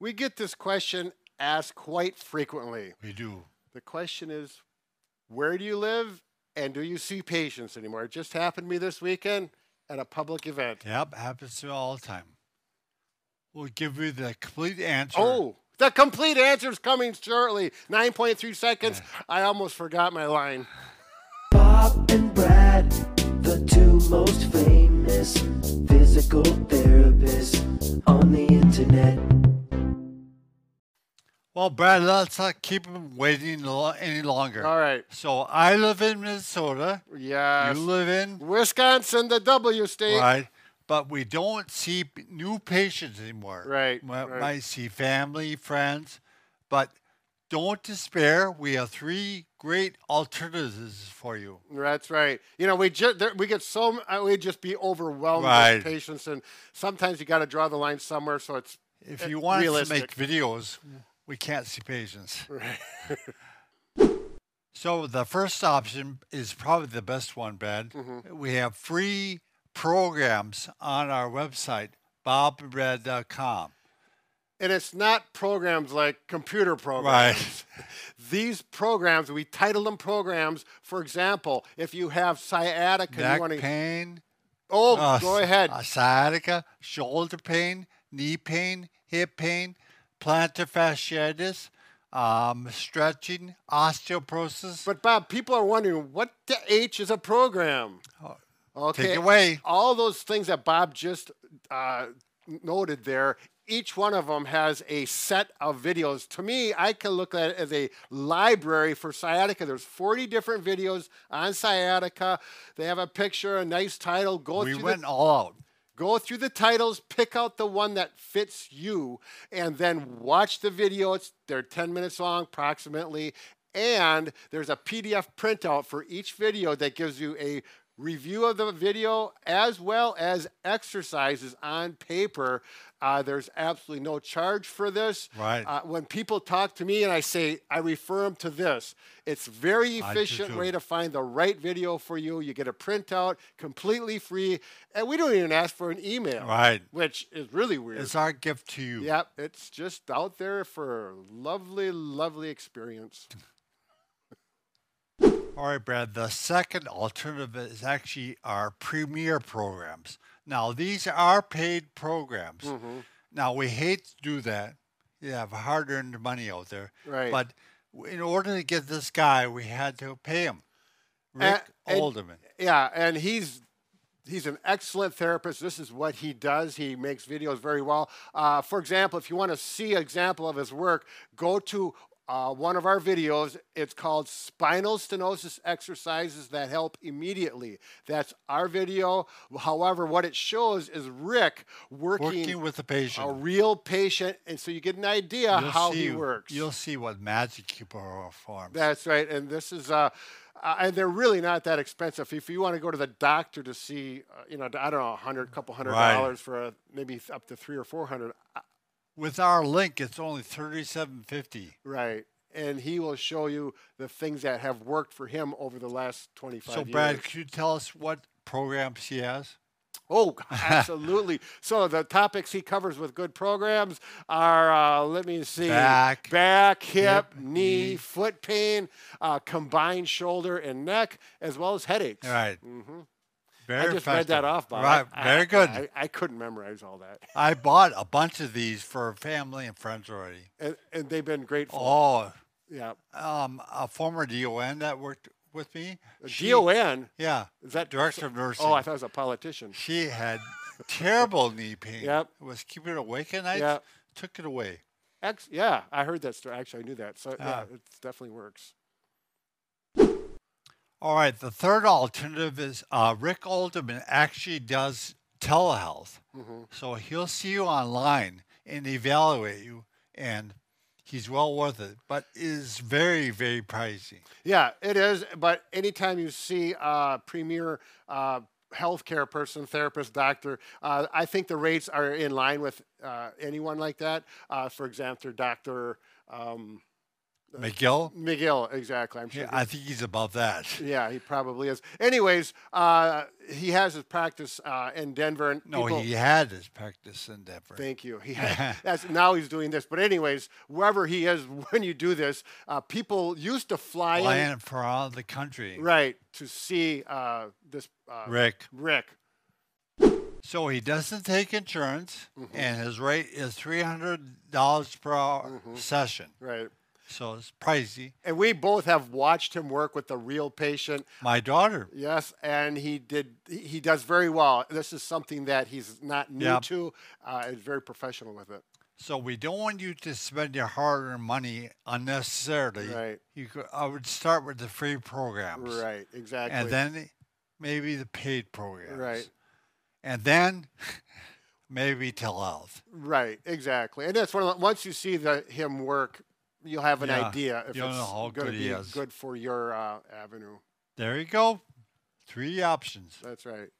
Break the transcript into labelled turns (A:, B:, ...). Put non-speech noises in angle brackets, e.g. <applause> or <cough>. A: We get this question asked quite frequently.
B: We do.
A: The question is, where do you live and do you see patients anymore? It just happened to me this weekend at a public event.
B: Yep, happens to you all the time. We'll give you the complete answer.
A: Oh, the complete answer is coming shortly. 9.3 seconds. I almost forgot my line.
C: Bob and Brad, the two most famous physical therapists on the internet.
B: Well, Brad, let's not keep him waiting lo- any longer.
A: All right.
B: So I live in Minnesota.
A: Yes.
B: You live in
A: Wisconsin, the W state.
B: right, but we don't see p- new patients anymore.
A: Right,
B: We
A: right.
B: might see family, friends, but don't despair. We have three great alternatives for you.
A: That's right. You know, we just we get so uh, we just be overwhelmed
B: Right.
A: with patients, and sometimes you got to draw the line somewhere. So it's
B: If
A: Uh,
B: you want us to
A: realistic.
B: make videos, we can't see patients.
A: <laughs> Right.
B: so the first option is probably the best one, Brad.
A: Mm-hmm.
B: We have free programs on our website, bobandbrad.com.
A: and it's not programs like computer programs.
B: Right.
A: <laughs> These programs we title them programs. For example, if you have sciatica,
B: Back
A: you want to
B: pain.
A: oh,
B: uh,
A: go
B: s-
A: ahead.
B: uh, sciatica, shoulder pain, knee pain, hip pain, plantar fasciitis, um, stretching, osteoporosis.
A: But Bob, people are wondering what the H is a program. Okay.
B: Oh, Take it away.
A: All those things that Bob just uh, noted there, each one of them has a set of videos. To me, I can look at it as a library for sciatica. There's 40 different videos on sciatica. They have a picture, a nice title. Go
B: we
A: through
B: went
A: the,
B: all out.
A: go through the titles, pick out the one that fits you, and then watch the video. It's they're 10 minutes long approximately. And there's a PDF printout for each video that gives you a review of the video as well as exercises on paper. Uh, there's absolutely no charge for this.
B: Right.
A: Uh, when people talk to me and I say, I refer them to this, it's very
B: I do
A: efficient
B: too.
A: way to find the right video for you. You get a printout completely free, and we don't even ask for an email,
B: Right.
A: which is really weird.
B: It's our gift to you.
A: yeah, it's just out there for lovely, lovely experience.
B: All right, Brad. The second alternative is actually our premier programs. Now, these are paid programs.
A: Mm-hmm.
B: Now, we hate to do that. You have hard earned money out there.
A: Right.
B: But w- in order to get this guy, we had to pay him. Rick
A: and-
B: Alderman.
A: Yeah, and he's he's an excellent therapist. This is what he does. He makes videos very well. Uh, for example, if you want to see an example of his work, go to uh, one of our videos. It's called Spinal Stenosis Exercises That Help Immediately. That's our video. However, what it shows is Rick working,
B: Working with the patient.
A: a real patient, and so you get an idea
B: You'll
A: how
B: see,
A: he works.
B: You'll see what magic he performs.
A: That's right, and this is uh, uh, and they're really not that expensive. If you want to go to the doctor to see, uh, you know, I don't know, a hundred, couple hundred
B: Right.
A: dollars for a, maybe up to three or four hundred, uh,
B: with our link, it's only thirty-seven fifty.
A: right? And he will show you the things that have worked for him over the last twenty-five.
B: So,
A: years.
B: Brad, could you tell us what programs he has?
A: Oh,
B: <laughs>
A: absolutely. so the topics he covers with good programs are, uh, let me see,
B: Back,
A: back, hip,
B: hip,
A: knee,
B: knee.
A: foot pain, uh, combined shoulder and neck, as well as headaches.
B: All right.
A: Mhm.
B: Very
A: I just read that
B: effective.
A: off, Bob.
B: Right,
A: I-
B: very
A: I-
B: good.
A: I, I couldn't memorize all that,
B: I bought a bunch of these for family and friends already.
A: and, and they've been grateful.
B: Oh,
A: Yeah,
B: um, a former DON that worked with me. she-
A: GON
B: Yeah,
A: is that
B: director of nursing.
A: Oh, I thought it was a politician.
B: she had terrible knee
A: <laughs>
B: pain.
A: Yep.
B: Was keeping her awake at night.
A: Yep.
B: Took it away.
A: Ex- yeah, I heard that story. Actually, I knew that. So yeah,
B: Ah.
A: it definitely works.
B: All right. The third alternative is uh, Rick Alderman actually does telehealth.
A: Mm-hmm.
B: So he'll see you online and evaluate you, and he's well worth it, but is very, very pricey.
A: Yeah, it is. But anytime you see a premier uh, healthcare person, therapist, doctor, uh, I think the rates are in line with uh, anyone like that. Uh, for example, doctor. Um,
B: McGill?
A: McGill, exactly. I'm sure.
B: Yeah, I think he's above that.
A: Yeah, he probably is. Anyways, uh, he has his practice uh, in Denver. And
B: No,
A: people-
B: he had his practice in Denver.
A: Thank you.
B: <laughs>
A: He that's now he's doing this. But anyways, wherever he is, <laughs> when you do this, uh, people used to fly, in,
B: Flying for all the country.
A: right to see uh, this uh,
B: Rick.
A: Rick.
B: So he doesn't take insurance,
A: Mm-hmm.
B: and his rate is three hundred dollars per hour
A: Mm-hmm.
B: session.
A: Right.
B: So it's pricey.
A: And we both have watched him work with the real patient.
B: My daughter,
A: Yes, and he did. He he does very well. This is something that he's not new
B: Yep.
A: to. Uh, is very professional with it.
B: So we don't want you to spend your hard-earned money unnecessarily.
A: Right.
B: You could, I would start with the free programs,
A: Right. Exactly.
B: and then maybe the paid programs,
A: Right.
B: and then <laughs> maybe telehealth.
A: Right, exactly. And that's one of the, once you see the him work, you'll have an
B: Yeah,
A: idea if
B: you'll
A: it's
B: know how
A: going to
B: good he
A: be
B: is.
A: good for your uh, avenue.
B: There you go. Three options.
A: That's right.